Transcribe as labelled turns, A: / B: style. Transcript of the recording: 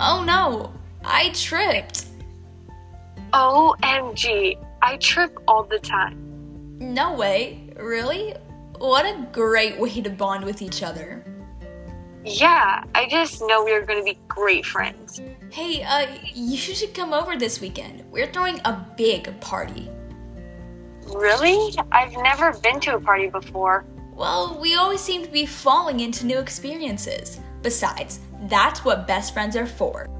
A: Oh no, I tripped.
B: OMG, I trip all the time.
A: No way, really? What a great way to bond with each other.
B: Yeah, I just know we are going to be great friends.
A: Hey, uh, you should come over this weekend. We're throwing a big party.
B: Really? I've never been to a party before.
A: Well, we always seem to be falling into new experiences. Besides, that's what best friends are for.